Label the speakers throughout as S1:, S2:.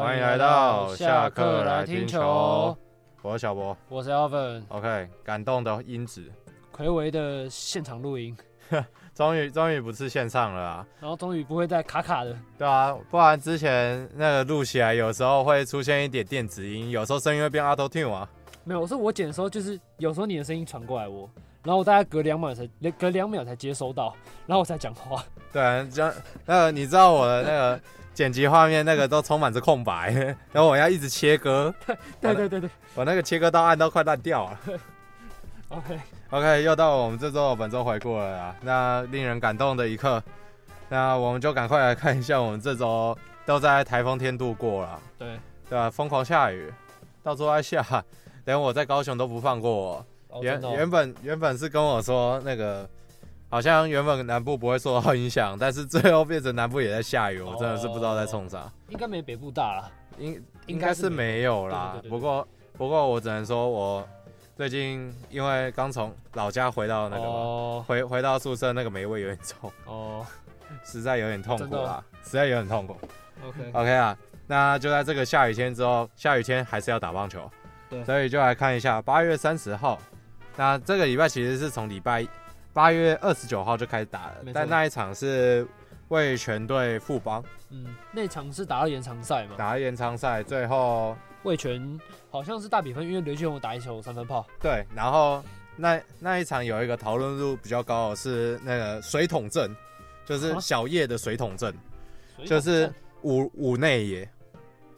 S1: 欢迎来到下课来听球，，我是小博。
S2: 我是 Alvin，
S1: OK，感动的因子，
S2: 魁违的现场录音，
S1: 终于终于不是线上了啊！
S2: 然后终于不会再卡卡的，
S1: 对啊，不然之前那个录起来有时候会出现一点电子音，有时候声音会变 auto tune 啊。
S2: 没有，是我剪的时候，就是有时候你的声音传过来我，然后我大概隔两秒才隔两秒才接收到，然后我才 讲话，
S1: 对啊，这样那个你知道我的那个剪辑画面那个都充满着空白， 然后我要一直切割，
S2: 对对对对
S1: 我那个切割刀按到快烂掉啊了。
S2: ，OK，
S1: OK，又到我们这周的本周回顾了啦，那令人感动的一刻，那我们就赶快来看一下我们这周都在台风天度过了。
S2: 对，
S1: 对啊，疯狂下雨，到处在下，连我在高雄都不放过我。
S2: 哦
S1: 原
S2: 真的哦
S1: 原本原本是跟我说那个，好像原本南部不会受到影响，但是最后变成南部也在下雨，我
S2: 哦
S1: 真的是不知道在冲啥。
S2: 应该没北部大啦，
S1: 应应该是没有啦
S2: 对，对对对对
S1: 不过不过我只能说我最近因为刚从老家回到那个嘛
S2: 哦
S1: 回回到宿舍那个霉味有点重，
S2: 哦
S1: 实在有点痛苦
S2: 真的
S1: 啦
S2: 哦，
S1: 实在有点痛苦。
S2: ，OK，
S1: OK 啊，那就在这个下雨天之后，下雨天还是要打棒球，
S2: 对
S1: 所以就来看一下八月三十号，那这个礼拜其实是从礼拜八月二十九号就开始打了
S2: 没，错
S1: 但那一场是为全队富邦
S2: 嗯，那场是打到延长赛嘛，
S1: 打了延长赛，最后
S2: 魏权好像是大比分，因为刘俊宏打一球三分炮，
S1: 对，然后那那一场有一个讨论度比较高的是那个水桶阵，就是
S2: 啊
S1: 小叶的水桶阵，就是五五内野。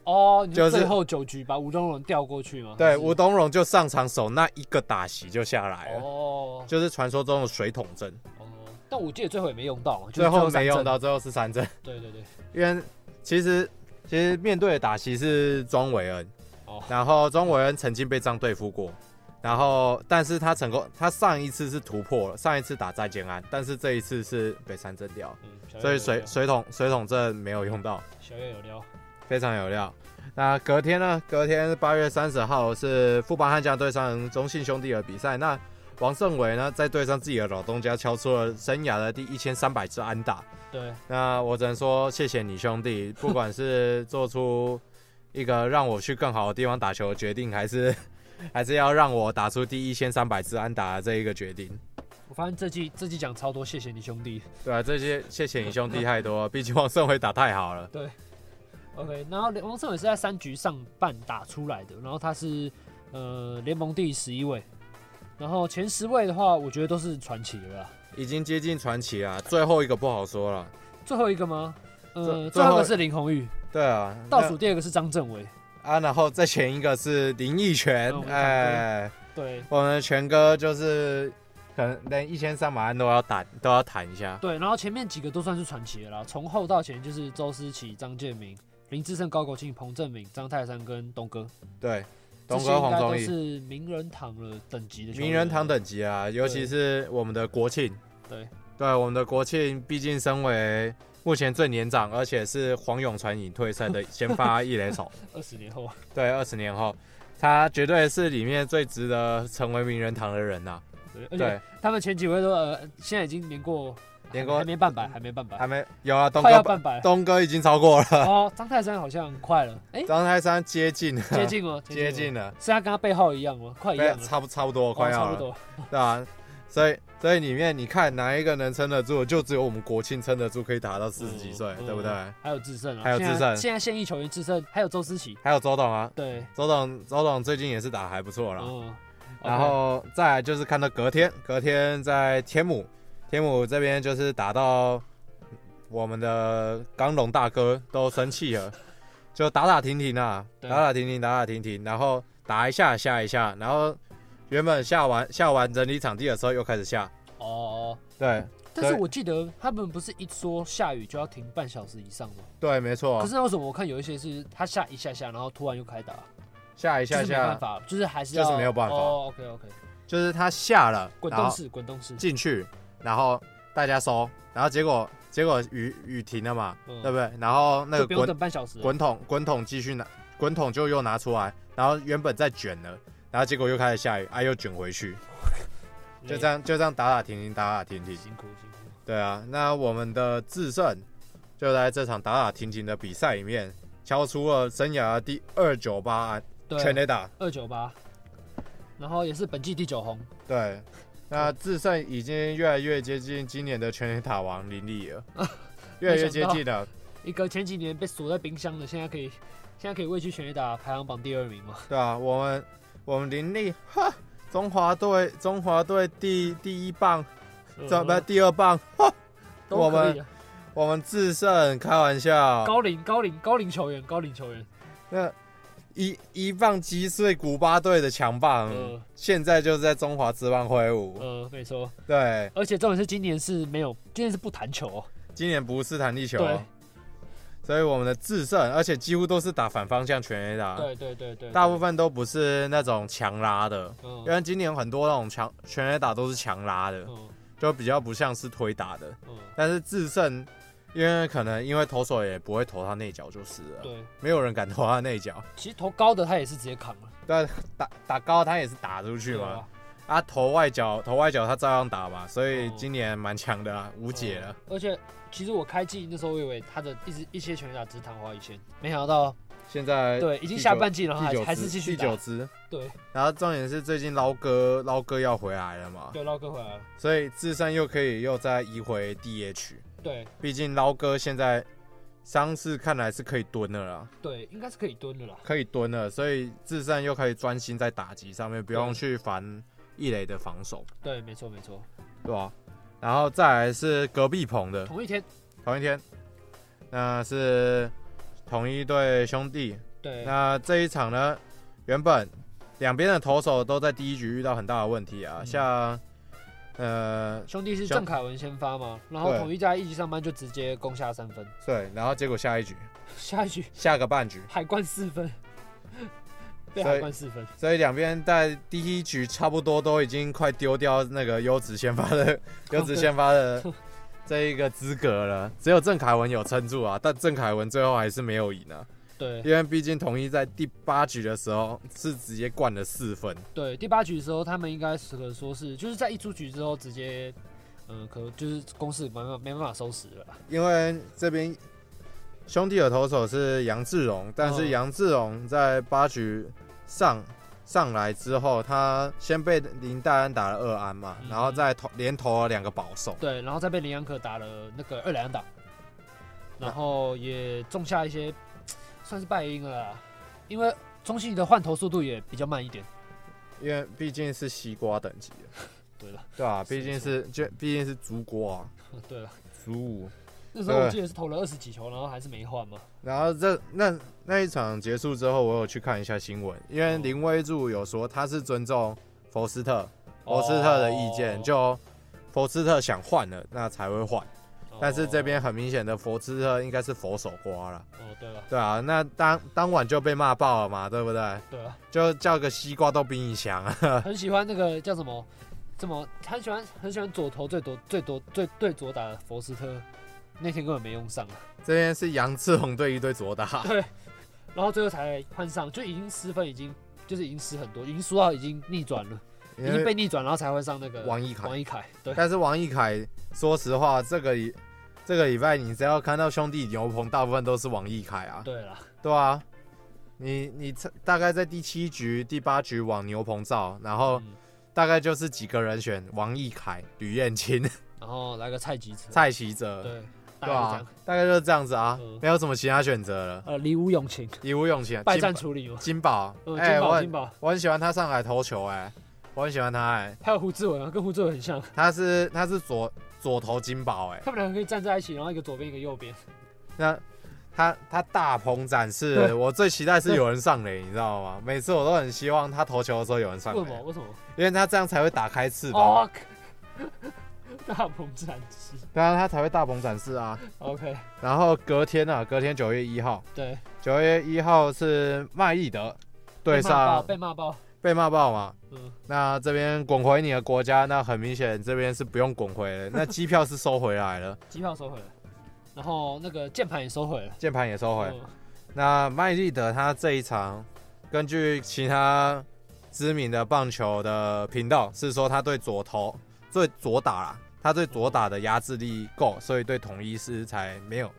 S2: 哦，你
S1: 就
S2: 就是最后九局把吴东龙调过去嘛，还
S1: 对，
S2: 是
S1: 吴东荣就上场守那一个打席就下来了，
S2: 哦
S1: 就是传说中的水桶阵，
S2: 哦，但我记得最后也没用到，就是
S1: 最后
S2: 三
S1: 没用
S2: 振。
S1: 到，最后是三阵，
S2: 对对对，
S1: 因为其实其实面对的打席是庄维恩，
S2: 哦
S1: 然后庄维恩曾经被这样对付过，然后但是他成功，他上一次是突破了，上一次打再见安，但是这一次是被三阵掉，
S2: 嗯，
S1: 所以水水桶水桶阵没有用到，
S2: 小月有料，
S1: 非常有料。那隔天呢？隔天八月三十号是富邦悍将对上中信兄弟的比赛。那王胜伟呢，在对上自己的老东家，敲出了生涯的第一千三百支安打。
S2: 对，
S1: 那我只能说，谢谢你兄 弟，不管是做出一个让我去更好的地方打球的决定，还是 还是要让我打出第一千三百支安打的这一个决定。
S2: 我发现这季这季讲超多，谢谢你兄弟。
S1: 对啊，这些谢谢你兄弟太多了，毕竟王胜伟打太好了。
S2: OK，然后王胜伟是在三局上半打出来的，然后他是呃联盟第十一位，然后前十位的话，我觉得都是传奇了啦。
S1: 已经接近传奇了，最后一个不好说了。
S2: 最后一个吗？
S1: 最
S2: 呃，
S1: 最
S2: 最
S1: 后
S2: 后一个是林红玉，
S1: 对啊，
S2: 倒
S1: 那
S2: 数第二个是张政伟。
S1: 啊，然后再选一个是林奕泉
S2: 那哦我，们
S1: 哎、
S2: 对
S1: 我们的泉哥就是可能连一千三百万都要谈都要谈一下，
S2: 对，然后前面几个都算是传奇了啦，从后到前就是周思齐、张建明、林志胜、高国庆、彭正明、张泰山跟东哥。
S1: 对，
S2: 这
S1: 东
S2: 些
S1: 哥
S2: 应
S1: 黄
S2: 该
S1: 忠
S2: 都
S1: 义，
S2: 是名人堂的等级的球员
S1: 名人堂等级啊，尤其
S2: 对
S1: 是我们的国庆，
S2: 对，
S1: 对，我们的国庆毕竟身为目前最年长，而且是黄永传引退赛的先发一垒 手，
S2: 二十年后，啊
S1: 对，二十年后。他绝对是里面最值得成为名人堂的人呐、
S2: 对，而且
S1: 对，
S2: 他们前几位都呃，现在已经年过，
S1: 年
S2: 还
S1: 过
S2: 还没半百，还没半百，
S1: 还没有啊，东
S2: 快要
S1: 哥
S2: 半百。
S1: 东哥已经超过了，
S2: 哦，张泰山好像快了，哎，
S1: 张泰山接近了，
S2: 接近了，
S1: 接
S2: 了，
S1: 近了，
S2: 是他跟他背号一样吗？快一
S1: 对，
S2: 样了，
S1: 差不差不多，
S2: 哦
S1: 快
S2: 差
S1: 要
S2: 不
S1: 了，
S2: 多。
S1: 对啊，所以所以里面你看哪一个能撑得住，就只有我们国庆撑得住，可以打到四十几岁，
S2: 嗯
S1: 对不对？
S2: 嗯还有智胜啊，
S1: 还有
S2: 现在
S1: 智胜
S2: 现在现役球员智胜，还有周思齐，
S1: 还有周董啊，
S2: 对，
S1: 周董周董最近也是打得还不错啦。
S2: 嗯，
S1: 然后再来就是看到隔天，隔天在天母，天母这边就是打到我们的刚龙大哥都生气 了，就打打停停啊，打
S2: 对
S1: 打停停，打打停停，然后打一下下一下，然后原本下完下完整理场地的时候又开始下，
S2: OK 哦，
S1: 对
S2: 但是
S1: 对
S2: 我记得他们不是一说下雨就要停半小时以上吗？
S1: 对，没错
S2: 可，是那为什么我看有一些是他下一下下，然后突然又开打？
S1: 下一下
S2: 就是没办
S1: 下
S2: 法，就是还是
S1: 就是
S2: 要
S1: 没有办法啊
S2: 哦，OK OK，
S1: 就是他下了，
S2: 滚
S1: 然
S2: 动
S1: 后
S2: 式，滚动式，
S1: 进去，然后大家收，然后结果结果雨雨停了嘛，
S2: 嗯
S1: 对不对？然后那
S2: 就
S1: 个
S2: 不用
S1: 滚
S2: 等半小时了。啊
S1: 滚筒滚筒继续拿，滚筒就又拿出来，然后原本再卷了，然后结果又开始下雨，啊又卷回去，就这
S2: 样，
S1: 样就这样打打停停打打停停。
S2: 哎辛苦辛苦。
S1: 对啊，那我们的制胜就在这场打打停停的比赛里面敲出了生涯第二九八全
S2: 对，
S1: 垒打。
S2: 二九八，然后也是本季第九红，
S1: 对，那智胜已经越来越接近今年的全垒打王林立了，越来越接近了。
S2: 一个前几年被锁在冰箱的，现在可以现在可以位居全垒打排行榜第二名嘛？
S1: 对啊，我们我们林立，哈，中华队中华队第第一棒， 怎么
S2: 呃
S1: 第二棒？
S2: 都
S1: 我
S2: 可
S1: 们
S2: 以啊
S1: 我们智胜开玩笑，
S2: 高龄高龄高龄球员，高龄球员，
S1: 那一一棒击碎古巴队的强棒，
S2: 呃
S1: 现在就是在中华职棒挥舞。
S2: 呃，没错。
S1: 对，
S2: 而且重点是今年是没有，今年是不弹球、哦，
S1: 今年不是弹力球
S2: 对，
S1: 所以我们的制胜，而且几乎都是打反方向全垒打，
S2: 对对对对，
S1: 啊大部分都不是那种强拉的。
S2: 嗯
S1: 因为今年很多那种强全垒打都是强拉的，
S2: 嗯
S1: 就比较不像是推打的。
S2: 嗯，
S1: 但是制胜，因为可能因为投手也不会投他内角就是了，
S2: 对，
S1: 没有人敢投他内角。
S2: 其实投高的他也是直接扛了，
S1: 但打打高他也是打出去
S2: 对
S1: 嘛
S2: 吧，？
S1: 啊，投外角投外角他照样打嘛，所以
S2: 哦
S1: 今年蛮强的啊，无解了。
S2: 嗯而且其实我开季那时候我以为他的一直一些全垒打只是昙花一现，没想到
S1: 现在
S2: 对已
S1: 哎
S2: 经
S1: 第
S2: 下
S1: 九
S2: 半季了，然后
S1: 第九
S2: 还还是
S1: 支
S2: 继续
S1: 第九
S2: 打，
S1: 支。
S2: 对
S1: 然后重点是最近捞哥捞哥要回来了嘛，
S2: 对，捞哥回来了，
S1: 所以智胜又可以又再移回 DH，
S2: 对
S1: 毕竟捞哥现在伤势看来是可以蹲了啦，
S2: 对，应该是可以蹲的啦，
S1: 可以蹲了，所以智胜又可以专心在打击上面，不用
S2: 对
S1: 去烦一垒的防守，
S2: 对，没错没错，
S1: 对吧、然后再来是隔壁棚的
S2: 同一天，
S1: 同一天，那是同一对兄弟，
S2: 对
S1: 那这一场呢，原本两边的投手都在第一局遇到很大的问题啊，
S2: 嗯
S1: 像呃
S2: 兄弟是
S1: 像
S2: 郑凯文先发嘛，然后
S1: 对
S2: 统一在一级上班就直接攻下三分，
S1: 对，然后结果下一局
S2: 下一局
S1: 下个半局，
S2: 海关四分， 被
S1: 所以
S2: 海关四分，
S1: 所以两边在第一局差不多都已经快丢掉那个优质先发的优质先发的这一个资格了，只有郑凯文有撑住啊，但郑凯文最后还是没有赢啊，
S2: 对
S1: 因为毕竟统一在第八局的时候是直接灌了四分，
S2: 对，第八局的时候他们应该是可说是就是在一出局之后直接，嗯、可就是攻势没办法没办法收拾了啦，
S1: 因为这边兄弟的投手是杨志荣，但是
S2: 嗯
S1: 杨志荣在八局上上来之后，他先被林黛安打了二安嘛，
S2: 嗯
S1: 然后再投连投了两个保送，
S2: 对，然后再被林安可打了那个二两打，然后也种下一些算是败因了啦，因为中信的换投速度也比较慢一点，
S1: 因为毕竟是西瓜等级的，
S2: 对了
S1: 对吧、
S2: 是
S1: 毕竟是就毕竟是竹瓜、啊、
S2: 对了。
S1: 竹五，
S2: 那时候我
S1: 对
S2: 记得是投了二十几球，然后还是没换嘛。
S1: 然后这那那一场结束之后，我有去看一下新闻，因为
S2: 嗯
S1: 林威柱有说他是尊重佛斯特，佛斯特的意见，
S2: 哦
S1: 就佛斯特想换了，那才会换。
S2: 哦
S1: 但是这边很明显的佛斯特应该是佛手瓜了，
S2: 哦，对了，
S1: 对啊，那当当晚就被骂爆了嘛，对不对？
S2: 对了，
S1: 就叫个西瓜都比你强啊，
S2: 很喜欢那个叫什么，怎么很喜欢很喜欢左投最多最多最最左打的佛斯特，那天根本没用上啊，
S1: 这边是杨志宏对一对左 打，
S2: 然后最后才换上，就已经失分，已经就是已经失很多，已经输到已经逆转了，已经被逆转，然后才换上那个
S1: 王一凯。
S2: 王一凯，对
S1: 但是王一凯，说实话，这个礼这个礼拜你只要看到兄弟牛棚，大部分都是王一凯啊，
S2: 对了，
S1: 对啊。你你大概在第七局、第八局往牛棚照，然后
S2: 嗯
S1: 大概就是几个人选：王一凯、吕彦青、
S2: 然后来个蔡吉子，
S1: 蔡奇哲，
S2: 对，大
S1: 对吧、
S2: 概就这样
S1: 啊，？大概就是这样子啊，
S2: 嗯
S1: 没有什么其他选择了。
S2: 呃，李武永晴，
S1: 以无勇气啊，
S2: 败
S1: 金
S2: 战处理嘛，
S1: 金宝，
S2: 呃，
S1: 哎、
S2: 金
S1: 我
S2: 宝
S1: 很
S2: 金宝，
S1: 我很喜欢他上海投球、哎，我很喜欢他、哎，
S2: 还有胡志伟啊，跟胡志伟很像。
S1: 他是他是左左投金宝，哎，
S2: 他们两个可以站在一起，然后一个左边一个右边。
S1: 那他他大鹏展示，
S2: 对
S1: 我最期待是有人上 垒，你知道吗？每次我都很希望他投球的时候有人上
S2: 为什么？
S1: 垒，
S2: 为什么？
S1: 因为他这样才会打开翅膀，
S2: 哦， 大鹏展翅。
S1: 对啊，他才会大鹏展示啊。
S2: OK，
S1: 然后隔天啊，隔天九月一号，
S2: 对，
S1: 九月一号是麦义德对啊
S2: 被骂爆
S1: 上
S2: 被骂爆。
S1: 被骂爆嘛，
S2: 嗯，
S1: 那这边滚回你的国家，那很明显这边是不用滚回 了，那机票是收回来了，
S2: 机票收回了，然后那个键盘也收回了。
S1: 键盘也收回。
S2: 嗯
S1: 那麦利德他这一场，根据其他知名的棒球的频道是说他对左投、对左打啦，他对左打的压制力够，所以对统一师才没有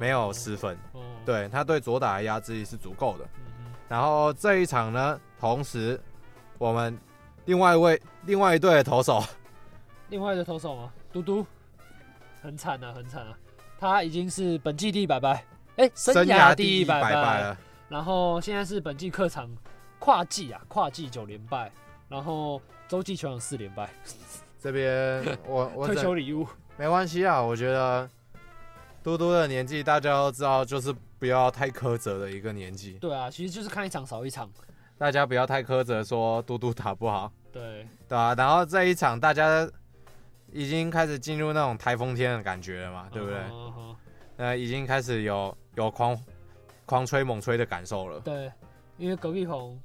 S1: 没有失分。
S2: 哦，
S1: 对他对左打的压制力是足够的。
S2: 嗯
S1: 然后这一场呢，同时我们另外一位另外一队的投手，
S2: 哼，另外的投手嘛，嘟嘟，很惨啊，很惨啊，他已经是本季第一百败，哎、生
S1: 生
S2: 涯
S1: 涯
S2: 第
S1: 第
S2: 一
S1: 一
S2: 百
S1: 百败
S2: 败，
S1: 了，
S2: 然后现在是本季客场跨季啊，跨季九连败，然后洲际球场四连败，
S1: 这边 我我
S2: 退
S1: 只
S2: 休礼物，
S1: 没关系啊，我觉得嘟嘟的年纪大家都知道，就是不要太苛责的一个年纪，
S2: 对啊，其实就是看一场少一场，
S1: 大家不要太苛责说嘟嘟打不好，
S2: 对，
S1: 对啊，然后这一场大家已经开始进入那种台风天的感觉了嘛，对不对？
S2: 嗯哼嗯哼
S1: 呃，已经开始有有狂狂吹猛吹的感受了。
S2: 对，因为隔壁红，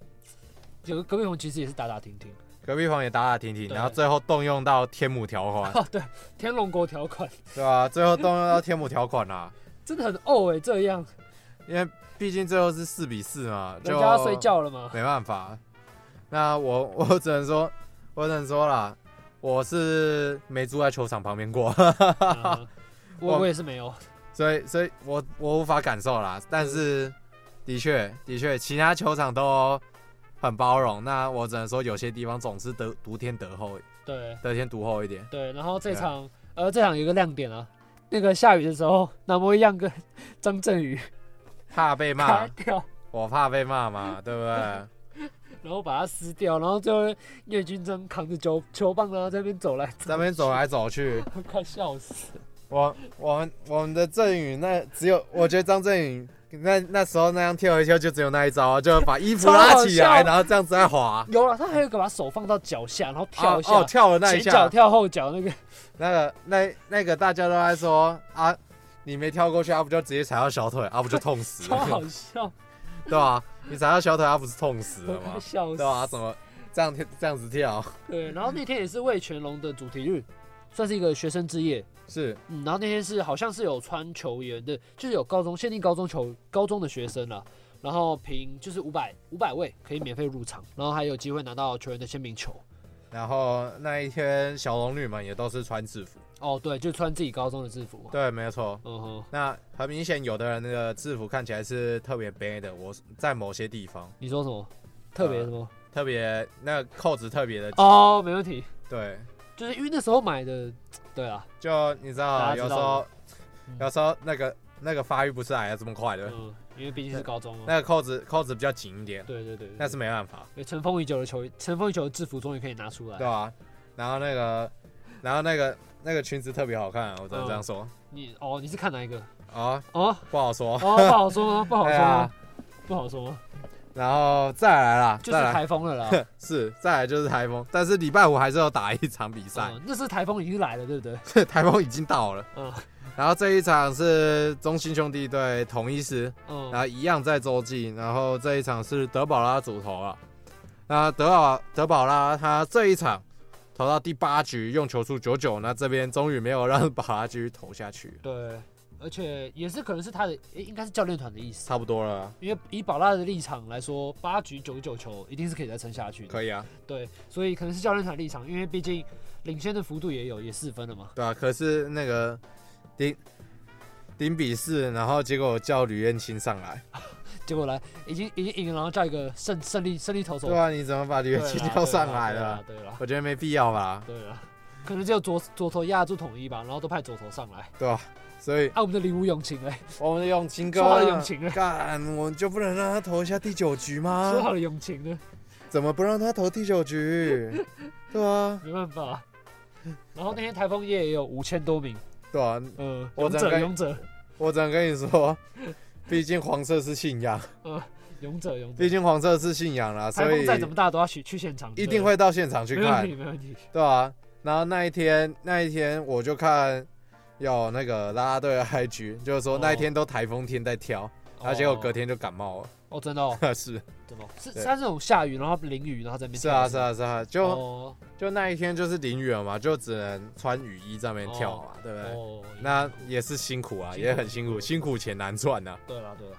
S2: 有隔壁红其实也是打打停停，
S1: 隔壁房也打打停停，
S2: 对
S1: 然后最后动用到天母条款，
S2: 哦，对，天龙国条款
S1: 对吧、最后动用到天母条款啦、啊
S2: 真的很哦哎、这样
S1: 因为毕竟最后是四比四嘛，就
S2: 人家要睡觉 了 嘛，
S1: 没办法。那我 我只能说，我只能说啦，我是没住在球场旁边过，
S2: 嗯我
S1: 我
S2: 我也是没有，
S1: 所以所以我我无法感受啦。但是的确的确，其他球场都很包容。那我只能说，有些地方总是得得天得后，
S2: 对
S1: 得天独厚一点。
S2: 对，然后这
S1: 对啊
S2: 场呃这场有一个亮点啊，那个下雨的时候，南摩一样跟张振宇
S1: 怕被
S2: 卡
S1: 骂，
S2: 掉。
S1: 我怕被骂嘛，对不对？
S2: 然后把它撕掉，然后最后叶军真扛着球球棒，然后在那边走来，
S1: 在那边走来走去，
S2: 快笑死。
S1: 我我们我们的振宇那只有，我觉得张振宇那那时候那样跳一跳就只有那一招啊，就把衣服拉起
S2: 超好
S1: 来，
S2: 笑
S1: 然后这样子在滑，
S2: 有了，啊他还有一个把手放到脚下，然后跳一下，
S1: 哦哦跳了那
S2: 前
S1: 一
S2: 脚
S1: 下，
S2: 跳后脚那个，
S1: 那个那那个大家都在说啊，你没跳过去，阿、啊、不就直接踩到小腿，阿、啊、不就痛死
S2: 超好
S1: 了，
S2: 笑，
S1: 对吧、你踩到小腿，阿、啊、不是痛死了吗
S2: 快？笑
S1: 对
S2: 死。
S1: 吧、啊？怎么这样跳这样子跳？
S2: 对，然后那天也是魏全龙的主题日，算是一个学生之夜。
S1: 是
S2: 嗯，然后那天是好像是有穿球员的，就是有高中限定高中球高中的学生啦，啊然后凭就是五百五百位可以免费入场，然后还有机会拿到球员的签名球。
S1: 然后那一天小龙女们也都是穿制服，
S2: 哦，对，就穿自己高中的制服嘛。
S1: 对，没错。
S2: 嗯哼，
S1: 那很明显，有的人的制服看起来是特别 b 的，我在某些地方
S2: 你说什么？特别
S1: 呃
S2: 什么？
S1: 特别那扣子特别的，
S2: 哦，没问题，
S1: 对，
S2: 就是因为那时候买的，对啊，
S1: 就你知道，
S2: 大家知
S1: 有时
S2: 道
S1: 候有时候那个那个发育不是来的这么快的，
S2: 嗯，因为毕竟是高中嘛，
S1: 那个扣子扣子比较紧一点，
S2: 对对对，对
S1: 那是没办法，
S2: 对尘封已久的球，尘封已久的制服终于可以拿出
S1: 对
S2: 来。
S1: 吧、然后那个然后那个那个裙子特别好看，我只能这样说
S2: 你哦，你是看哪一个？
S1: 啊，
S2: 哦
S1: 不好说
S2: 哦，。不好说，不好
S1: 对
S2: 说
S1: 啊，，
S2: 不好说，
S1: 然后再来啦，
S2: 就是
S1: 再来
S2: 台风 了啦。
S1: 是再来就是台风，但是礼拜五还是要打一场比赛。
S2: 嗯，那是台风已经来了，对 不对？
S1: 台风已经到了，
S2: 嗯
S1: 然后这一场是中信兄弟对统一狮，然
S2: 嗯，
S1: 后一样在洲际，然后这一场是德保拉主投啊。那德保德保拉他这一场投到第八局，用球数九九，那这边终于没有让 保拉继续投下去，
S2: 对，而且也是可能是他的，诶应该是教练团的意思。
S1: 差不多了，
S2: 因为以宝拉的立场来说，八局九九球一定是可以再撑下去的。
S1: 可以啊，
S2: 对，所以可能是教练团立场，因为毕竟领先的幅度也有，也四分了嘛。
S1: 对啊。可是那个零零比四，然后结果叫吕彦青上来，
S2: 结果来已经已经赢了，然后叫一个胜胜利胜利投手，
S1: 对啊，你怎么把吕
S2: 对
S1: 彦
S2: 啦，
S1: 青叫上来了？
S2: 对啦，对啊啦，
S1: 我觉得没必要吧，
S2: 对啦，对啦可能只有左左头压住统一吧，然后都派左头上来。
S1: 所以
S2: 啊，我们的林武永晴哎，
S1: 我们用情歌
S2: 说好的永晴呢？
S1: 干，我们就不能让他投一下第九局
S2: 啊说好
S1: 吗？
S2: 的永晴呢？
S1: 怎么不让他投第九局？对啊，
S2: 没办法。然后那天台风夜也有五千多名，
S1: 对啊，
S2: 呃，
S1: 我
S2: 勇
S1: 整
S2: 者
S1: 个
S2: 勇者
S1: 我只能跟你说，毕竟黄色是信仰，
S2: 勇者勇者
S1: 毕，竟黄色是信仰啦，
S2: 台
S1: 所以
S2: 风再怎么大都要去去现场，
S1: 一定会到现场去
S2: 对没问
S1: 看
S2: 题，没问题。
S1: 对啊。然后那一天，那一天我就看有那个啦啦队的 IG，就是说
S2: 哦
S1: 那一天都台风天在跳，然后结果隔天就感冒
S2: 哦，哦真的哦，
S1: 了， 是
S2: 真的哦，是
S1: 对
S2: 是它这种下雨然后淋雨然后在那边
S1: 是啊
S2: 跳
S1: 是啊是啊，就
S2: 哦
S1: 就那一天就是淋雨了嘛，就只能穿雨衣在那边跳嘛，对不对？
S2: 哦，
S1: 那也是辛苦啊，
S2: 辛苦
S1: 也很辛苦，辛苦钱难赚啊呐、
S2: 对了对了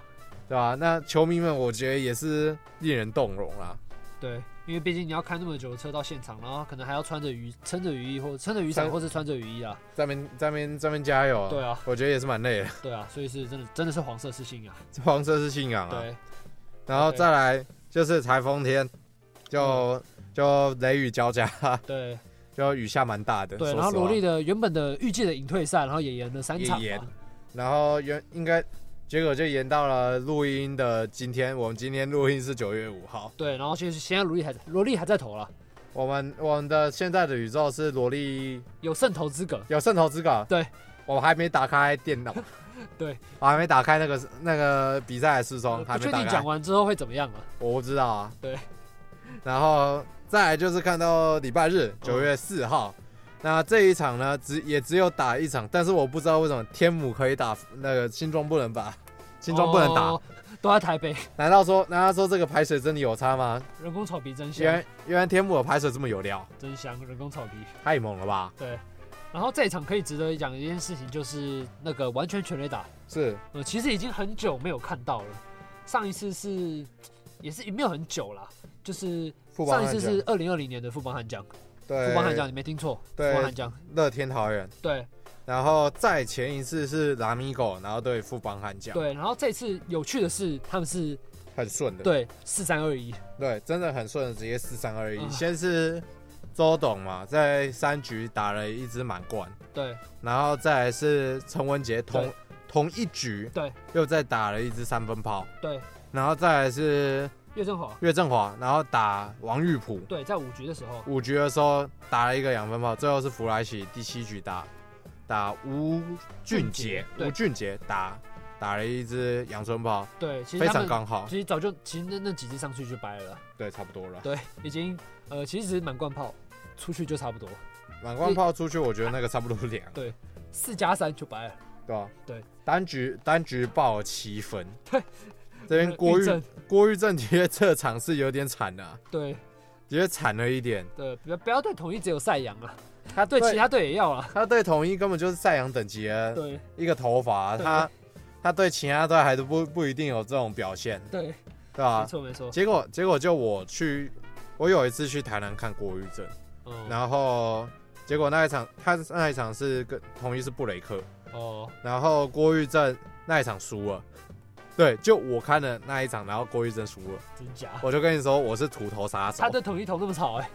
S1: 对吧、那球迷们，我觉得也是令人动容啦。啊
S2: 对，因为毕竟你要开那么久的车到现场，然后可能还要穿着雨撑着雨衣或撑着雨伞，
S1: 撑
S2: 或是穿着雨衣啊。
S1: 在边在边在边加油啊！
S2: 对啊，
S1: 我觉得也是蛮累的，
S2: 对啊，所以是真的真的是黄色是信仰。
S1: 黄色是信仰啊。
S2: 对，嗯
S1: 然后
S2: OK
S1: 再来就是台风天，就就雷雨交加，
S2: 对
S1: 就雨下蛮大的。
S2: 对，
S1: 说
S2: 然后
S1: 实话
S2: 罗莉的原本的预计的隐退赛，然后也延了三场
S1: 也延
S2: 嘛。
S1: 然后原应该结果就延到了录音的今天，我们今天录音是九月五号，
S2: 对，然后现在现在罗莉还罗莉还在投了，
S1: 我们我们的现在的宇宙是萝莉
S2: 有胜投资格。
S1: 有渗透之稿，
S2: 对。，
S1: 我还没打开电脑
S2: 对，
S1: 我还没打开那个那个比赛的视窗，哦还
S2: 不
S1: 没
S2: 确
S1: 打
S2: 定
S1: 开
S2: 讲完之后会怎么样啊？
S1: 我不知道啊。
S2: 对，
S1: 然后再来就是看到礼拜
S2: 哦
S1: 日九月四号，那这一场呢只也只有打一场，但是我不知道为什么天母可以打，那个新庄不能打，新庄不能打。
S2: 哦，都在台北，
S1: 难道说难道说这个排水真的有差吗？
S2: 人工草皮真
S1: 原
S2: 香
S1: 来，原来天母的排水这么有料，
S2: 真香，人工草皮。
S1: 太猛了吧？
S2: 对，然后这一场可以值得讲的一件事情就是那个完全全垒打，
S1: 是
S2: 呃，其实已经很久没有看到了，上一次是也是也没有很久啦，就是
S1: 富邦
S2: 上一
S1: 悍
S2: 次
S1: 将
S2: 是二零二零年的富邦悍将，富邦悍
S1: 对
S2: 将你没听错，富
S1: 对
S2: 邦悍将，
S1: 乐天桃园，
S2: 对
S1: 然后再前一次是拉米狗，然后对富邦悍将，
S2: 对，然后这次有趣的是他们是
S1: 很顺的，
S2: 对四三二一，
S1: 对，真的很顺，直接四三二
S2: 啊
S1: 一。先是周董嘛，在三局打了一支满贯，
S2: 对
S1: 然后再来是陈文杰同
S2: 对
S1: 同一局，
S2: 对，
S1: 又再打了一支三分炮，
S2: 对，
S1: 然后再来是
S2: 岳振华，
S1: 岳振华，然后打王玉璞，
S2: 对，在五局的时候，
S1: 五局的时候打了一个两分炮，最后是弗莱奇第七局打打吴俊杰，
S2: 对
S1: 吴俊杰打打了一支阳春炮，
S2: 对，其实
S1: 非
S2: 他
S1: 常
S2: 们
S1: 刚好，
S2: 其实早就其实那那几支上去就掰了啦，
S1: 对，差不多了。
S2: 对，已经呃其实只是满贯炮出去就差不多，
S1: 满贯炮出去，我觉得那个差不多凉。
S2: 四加三就掰了。
S1: 对吧、
S2: 对，
S1: 单局单局爆七分。
S2: 对，
S1: 这边郭玉
S2: 玉呃正
S1: 郭玉正的确这场是有点惨的、啊，
S2: 对
S1: 的确惨了一点。
S2: 对，不要不要对统一只有赛扬啊，
S1: 他
S2: 对其他队也要啊。
S1: 他对统一根本就是赛扬等级的
S2: 对
S1: 一个头发，
S2: 对
S1: 他他对其他队还是不不一定有这种表现，
S2: 对，
S1: 对吧、
S2: 没错没错。
S1: 结果结果就我去，我有一次去台南看郭玉正，
S2: 嗯
S1: 然后结果那一场他那一场是跟统一是布雷克，
S2: 哦
S1: 然后郭玉正那一场输了，对，就我看的那一场，然后郭玉正输了，
S2: 真假？
S1: 我就跟你说我是土头杀手
S2: 哦他，对统一投那么吵哎、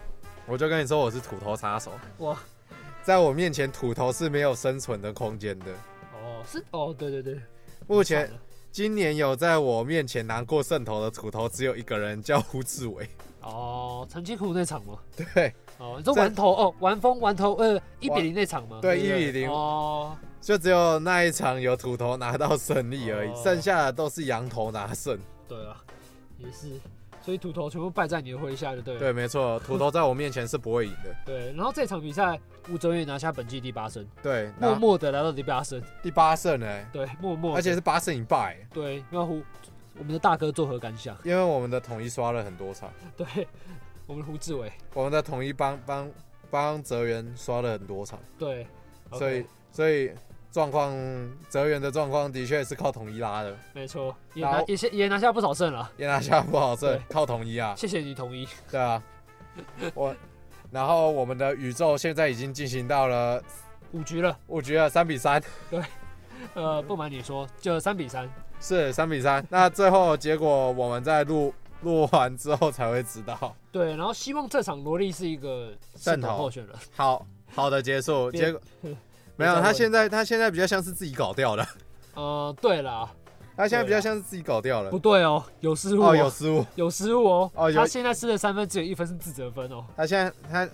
S1: 我就跟你说我是土头杀手，
S2: 哇
S1: 在我面前土头是没有生存的空间的。
S2: 哦是哦对对对，
S1: 目前
S2: 惨了
S1: 今年有在我面前拿过胜投的土头只有一个人，叫胡志伟。
S2: 哦澄清湖那场吗？
S1: 对，
S2: 哦你说
S1: 在
S2: 玩头哦玩风玩头呃一比
S1: 玩
S2: 零那场吗？
S1: 对
S2: 不
S1: 1-0
S2: 哦
S1: 就只有那一场有土头拿到胜利而已
S2: 哦，
S1: 剩下的都是羊头拿胜。
S2: 对啊也是，所以土头全部败在你的麾下就对了。
S1: 对，没 错，土头在我面前是不会赢的。
S2: 对，然后这场比赛吴哲远拿下本季第八胜，
S1: 对，
S2: 默
S1: 那
S2: 默的来到第八胜，
S1: 第八胜呢、
S2: 对默默地，
S1: 而且是八胜一败、
S2: 对妙湖我们的大哥作何感想？
S1: 因为我们的统一刷了很多场，
S2: 对，我们的胡志伟，
S1: 我们的统一帮帮帮泽源刷了很多场，
S2: 对，
S1: 所以
S2: OK，
S1: 所以状况泽源的状况的确是靠统一拉的，
S2: 没错，也
S1: 然
S2: 拿
S1: 后
S2: 也也拿下不少胜了，
S1: 也拿下不好胜
S2: 对，
S1: 靠统一 啊，
S2: 谢谢你同意。
S1: 对啊，我然后我们的宇宙现在已经进行到了
S2: 五局了，
S1: 我觉得三比三，
S2: 呃，不瞒你说，就三比三，
S1: 是三比三，那最后结果我们在录 录完之后才会知道，
S2: 对，然后希望这场罗莉是一个胜
S1: 胜
S2: 投
S1: 投
S2: 候选人，
S1: 好好的结 束，
S2: 别
S1: 结果没
S2: 别
S1: 有
S2: 再
S1: 他
S2: 问
S1: 现在他现在比较像是自己搞掉 的。
S2: 呃，对啦，
S1: 他现在比较像是自己搞掉了
S2: 不。对哦，有失误、
S1: 哦，
S2: 哦，
S1: 有失误。
S2: 有失误哦，
S1: 哦有
S2: 他现在失的三分只有一分是自责分 哦，
S1: 他现在他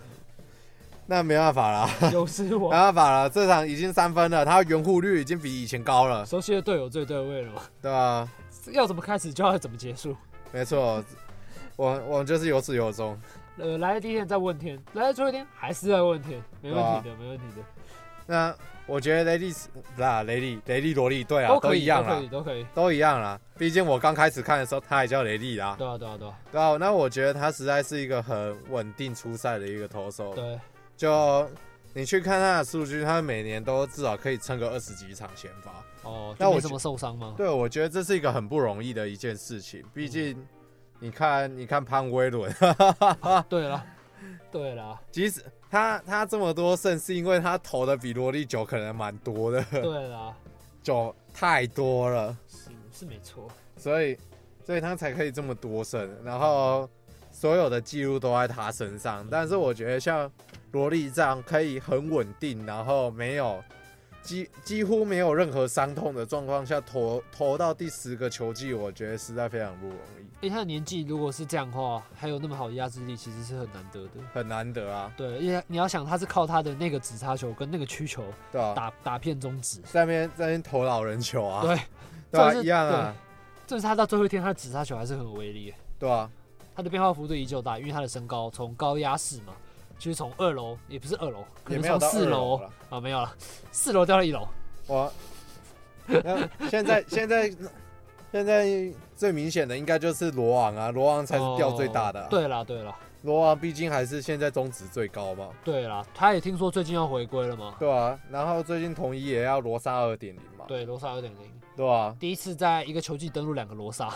S1: 那没办 法了，
S2: 有失误
S1: 没
S2: 哦。
S1: 办法了。这场已经三分了，他圆弧率已经比以前高了，
S2: 熟悉的队友最对位了嘛，
S1: 对吧？
S2: 要怎么开始就要怎么结束。
S1: 没错，我我就是有始有终。
S2: 呃，来的第一天再问天，来的最后一天还是在问天，没问
S1: 啊
S2: 题的，没问题的，
S1: 那我觉得雷利斯不啦，雷利雷利萝莉对啊，
S2: 都
S1: 都
S2: 可以，
S1: 一样
S2: 都可
S1: 啦
S2: 以，，都可以。
S1: 都一样啦。毕竟我刚开始看的时候，他还叫雷利啦，
S2: 对啊，对啊，对啊，
S1: 对吧、那我觉得他实在是一个很稳定出赛的一个投手，
S2: 对。
S1: 就。你去看他的数据，他每年都至少可以撑个二十几场先发，
S2: 哦，
S1: 那
S2: 就
S1: 我
S2: 没什
S1: 觉
S2: 么受伤吗？
S1: 对，我觉得这是一个很不容易的一件事情，毕竟你看，你看潘威伦， 啊
S2: 对了，对了，
S1: 即使他他这么多胜，是因为他投的比罗莉九可能蛮多的，
S2: 对了，
S1: 九太多了，
S2: 是是没错，
S1: 所以所以他才可以这么多胜，然后所有的记录都在他身上。但是我觉得像罗莉这样可以很稳定，然后没有几几乎没有任何伤痛的状况下投投到第十个球季，我觉得实在非常不容易，
S2: 因为他的年纪如果是这样的话，还有那么好的压制力，其实是很难得的。
S1: 很难得啊，
S2: 对，因为你要想，他是靠他的那个直插球跟那个曲球
S1: 对吧、
S2: 打打遍中指，
S1: 在那边在那边投老人球啊，
S2: 对
S1: 对啊，
S2: 这是
S1: 一样啊，
S2: 这是他到最后一天，他的直插球还是很有威力的。
S1: 对啊，
S2: 他的变化幅度依旧大，因为他的身高从高压式嘛，就是从二楼，也不是二楼，可
S1: 也
S2: 能
S1: 没有
S2: 从
S1: 到
S2: 四
S1: 二
S2: 楼
S1: 了。
S2: 啊，没有了，四楼掉到一楼。
S1: 我，那现在现在现在最明显的应该就是罗网啊，罗网才是掉最大的、啊
S2: 哦。，对啦，对啦，
S1: 罗网毕竟还是现在中值最高嘛，
S2: 对啦，他也听说最近要回归了嘛。
S1: 对啊。然后最近统一也要罗莎二点零嘛，
S2: 对，罗莎二点零，
S1: 对啊，
S2: 第一次在一个球季登录两个罗莎。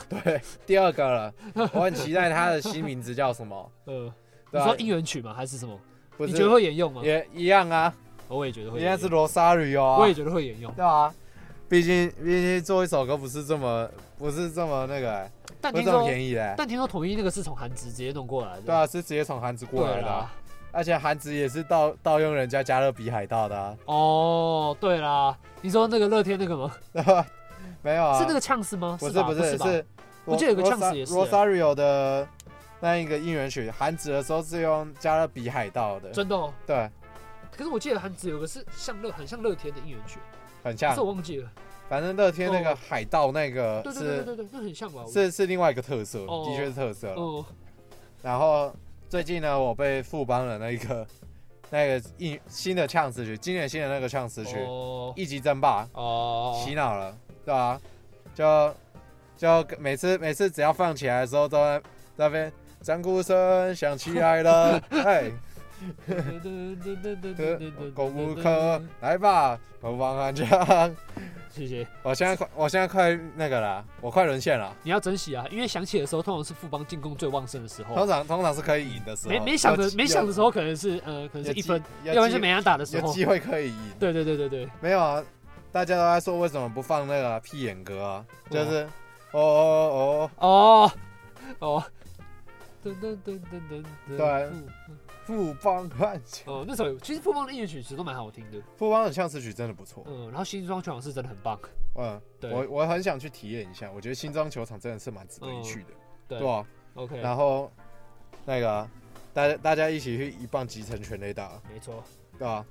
S1: 第二个了， 我很期待他的新名字叫什么，
S2: 呃，你
S1: 对啊
S2: 说，应援曲吗？还是什么？
S1: 不
S2: 你觉得
S1: 是
S2: 会沿用吗？
S1: 也一样啊，
S2: 哦我也觉得会
S1: 应该
S2: 沿用。
S1: 是罗莎旅游啊，
S2: 我也觉得会沿用。
S1: 对啊。毕竟，毕竟做一首歌不是这么，不是这么那个、欸，
S2: 但
S1: 不
S2: 听
S1: 是这么
S2: 说，
S1: 便宜的、欸。
S2: 但听说统一那个是从韩职直接弄过来的。
S1: 对啊，是直接从韩子过来
S2: 对
S1: 的啊、
S2: 啦，
S1: 而且韩职也是盗盗用人家加勒比海盗的、啊，
S2: 哦，对啦，你说那个乐天那个吗？
S1: 没有啊？
S2: 是那个呛死吗？
S1: 不是
S2: 吧
S1: 不
S2: 是
S1: 是
S2: 吧
S1: 是，
S2: 我记得有个 Chance 也是
S1: Rosario 的那一个应援曲，韩职的时候是用加勒比海盗的，
S2: 真的、哦。
S1: 对，
S2: 可是我记得韩子有个是像乐很像乐天的应援曲，
S1: 很
S2: 可
S1: 像
S2: 是。我忘记了。
S1: 反正乐天那个
S2: 哦
S1: 海盗那个
S2: 对对对
S1: 是
S2: 对对，那很像吧？我
S1: 是是另外一个特色，
S2: 哦
S1: 的确是特色。
S2: 哦
S1: 然后最近呢，我被富邦的那个那个应新的呛死曲，今年新的那个呛死曲，
S2: 哦
S1: 一级争霸洗
S2: 哦，
S1: 脑了，对吧、就就每次每次只要放起来的时候，都在那边战鼓声响起来了，哎，功无科来吧，我王安江，
S2: 谢谢。
S1: 我现在快我现在快那个了，我快沦陷了。
S2: 你要珍惜啊，因为想起的时候通常是富邦进攻最旺盛的时候，
S1: 通常通常是可以赢的时候，
S2: 没没想
S1: 有
S2: 的
S1: 机
S2: 没想的时候可能是呃可
S1: 有
S2: 能是一
S1: 机
S2: 分，
S1: 有
S2: 要不然
S1: 机
S2: 是没安打的时
S1: 有
S2: 候。
S1: 机会可以赢。
S2: 对对对对对，
S1: 没有啊，大家都在说为什么不放那个屁眼歌啊？就是哦哦哦，
S2: 哦哦。噔噔噔噔噔噔，
S1: 对
S2: 富
S1: 富邦汉强，
S2: 哦，那首其实富邦的应援曲其实都蛮好听的，
S1: 富邦的相思曲真的不错，
S2: 嗯，然后新装球场是真的很棒，
S1: 嗯。
S2: 对，
S1: 我我很想去体验一下，我觉得新庄球场真的是蛮值得一去的，
S2: 嗯对
S1: 对吧、
S2: OK，
S1: 然后那个啊大家大家一起去一棒集成全垒打，
S2: 没错，
S1: 对吧、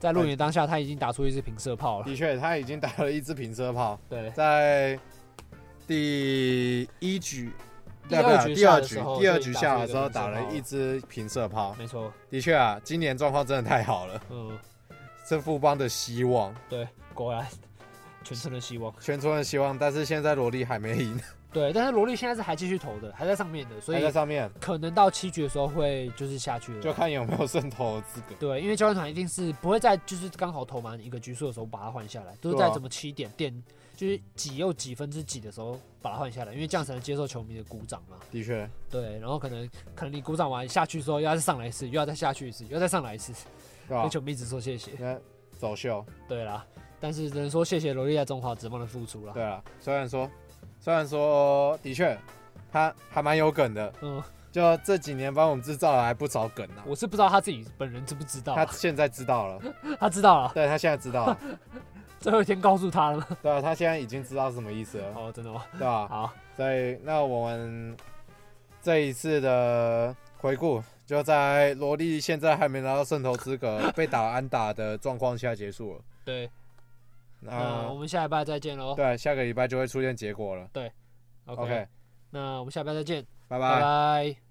S2: 在录影当下他已经打出一支平射炮了，
S1: 的确，他已经打了一支平车炮，
S2: 对，
S1: 在第一局。
S2: 第
S1: 对
S2: 二
S1: 不对
S2: 局
S1: 第二
S2: 下的时
S1: 局
S2: 候
S1: 第二
S2: 就已
S1: 局
S2: 经
S1: 下
S2: 打出一
S1: 的时
S2: 个
S1: 候
S2: 平射
S1: 打了
S2: 炮
S1: 一支平射炮，
S2: 没错，
S1: 的确啊，今年状况真的太好了，
S2: 嗯，
S1: 是富邦的希望，
S2: 对，果然全村的希望，
S1: 全村的希望。但是现在罗莉还没赢，
S2: 对，但是罗莉现在是还继续投的，还在上面的，所
S1: 还
S2: 以啊
S1: 在上面，
S2: 可能到七局的时候会就是下去了，
S1: 就看有没有胜投的资格。
S2: 对，因为教练团一定是不会在就是刚好投满一个局数的时候把它换下来，都是
S1: 对
S2: 在
S1: 啊
S2: 怎么七点点就是几又几分之几的时候把它换下来，因为这样才能接受球迷的鼓掌嘛。
S1: 的确，
S2: 对，然后可能可能你鼓掌完下去之后，又要再上来一次，又要再下去一次，又要再上来一次，
S1: 对啊吧
S2: 跟？球迷一直说谢谢。
S1: 那走秀。
S2: 对啦，但是只能说谢谢罗莉在中华职棒的付出啦。
S1: 对啊，虽然说，虽然说的确，他还蛮有梗的，
S2: 嗯，
S1: 就这几年帮我们制造了还不少梗呢、
S2: 我是不知道他自己本人知不知道
S1: 他
S2: 啊，
S1: 现在知道 了，
S2: 他知道了，啊
S1: 对他现在知道 了，
S2: 最后一天告诉他了吗？
S1: 对啊，他现在已经知道什么意思了，
S2: 哦，真的吗？
S1: 对吧、
S2: 好，
S1: 所以那我们这一次的回顾，就在罗莉现在还没拿到胜投资格、被打安打的状况下结束了。
S2: 对，嗯那我
S1: 那
S2: 们下礼拜再见喽。
S1: 嗯对，下个礼拜就会出现结果了。
S2: OK，那我们下礼拜再见，
S1: 拜
S2: 拜
S1: 拜。
S2: 拜。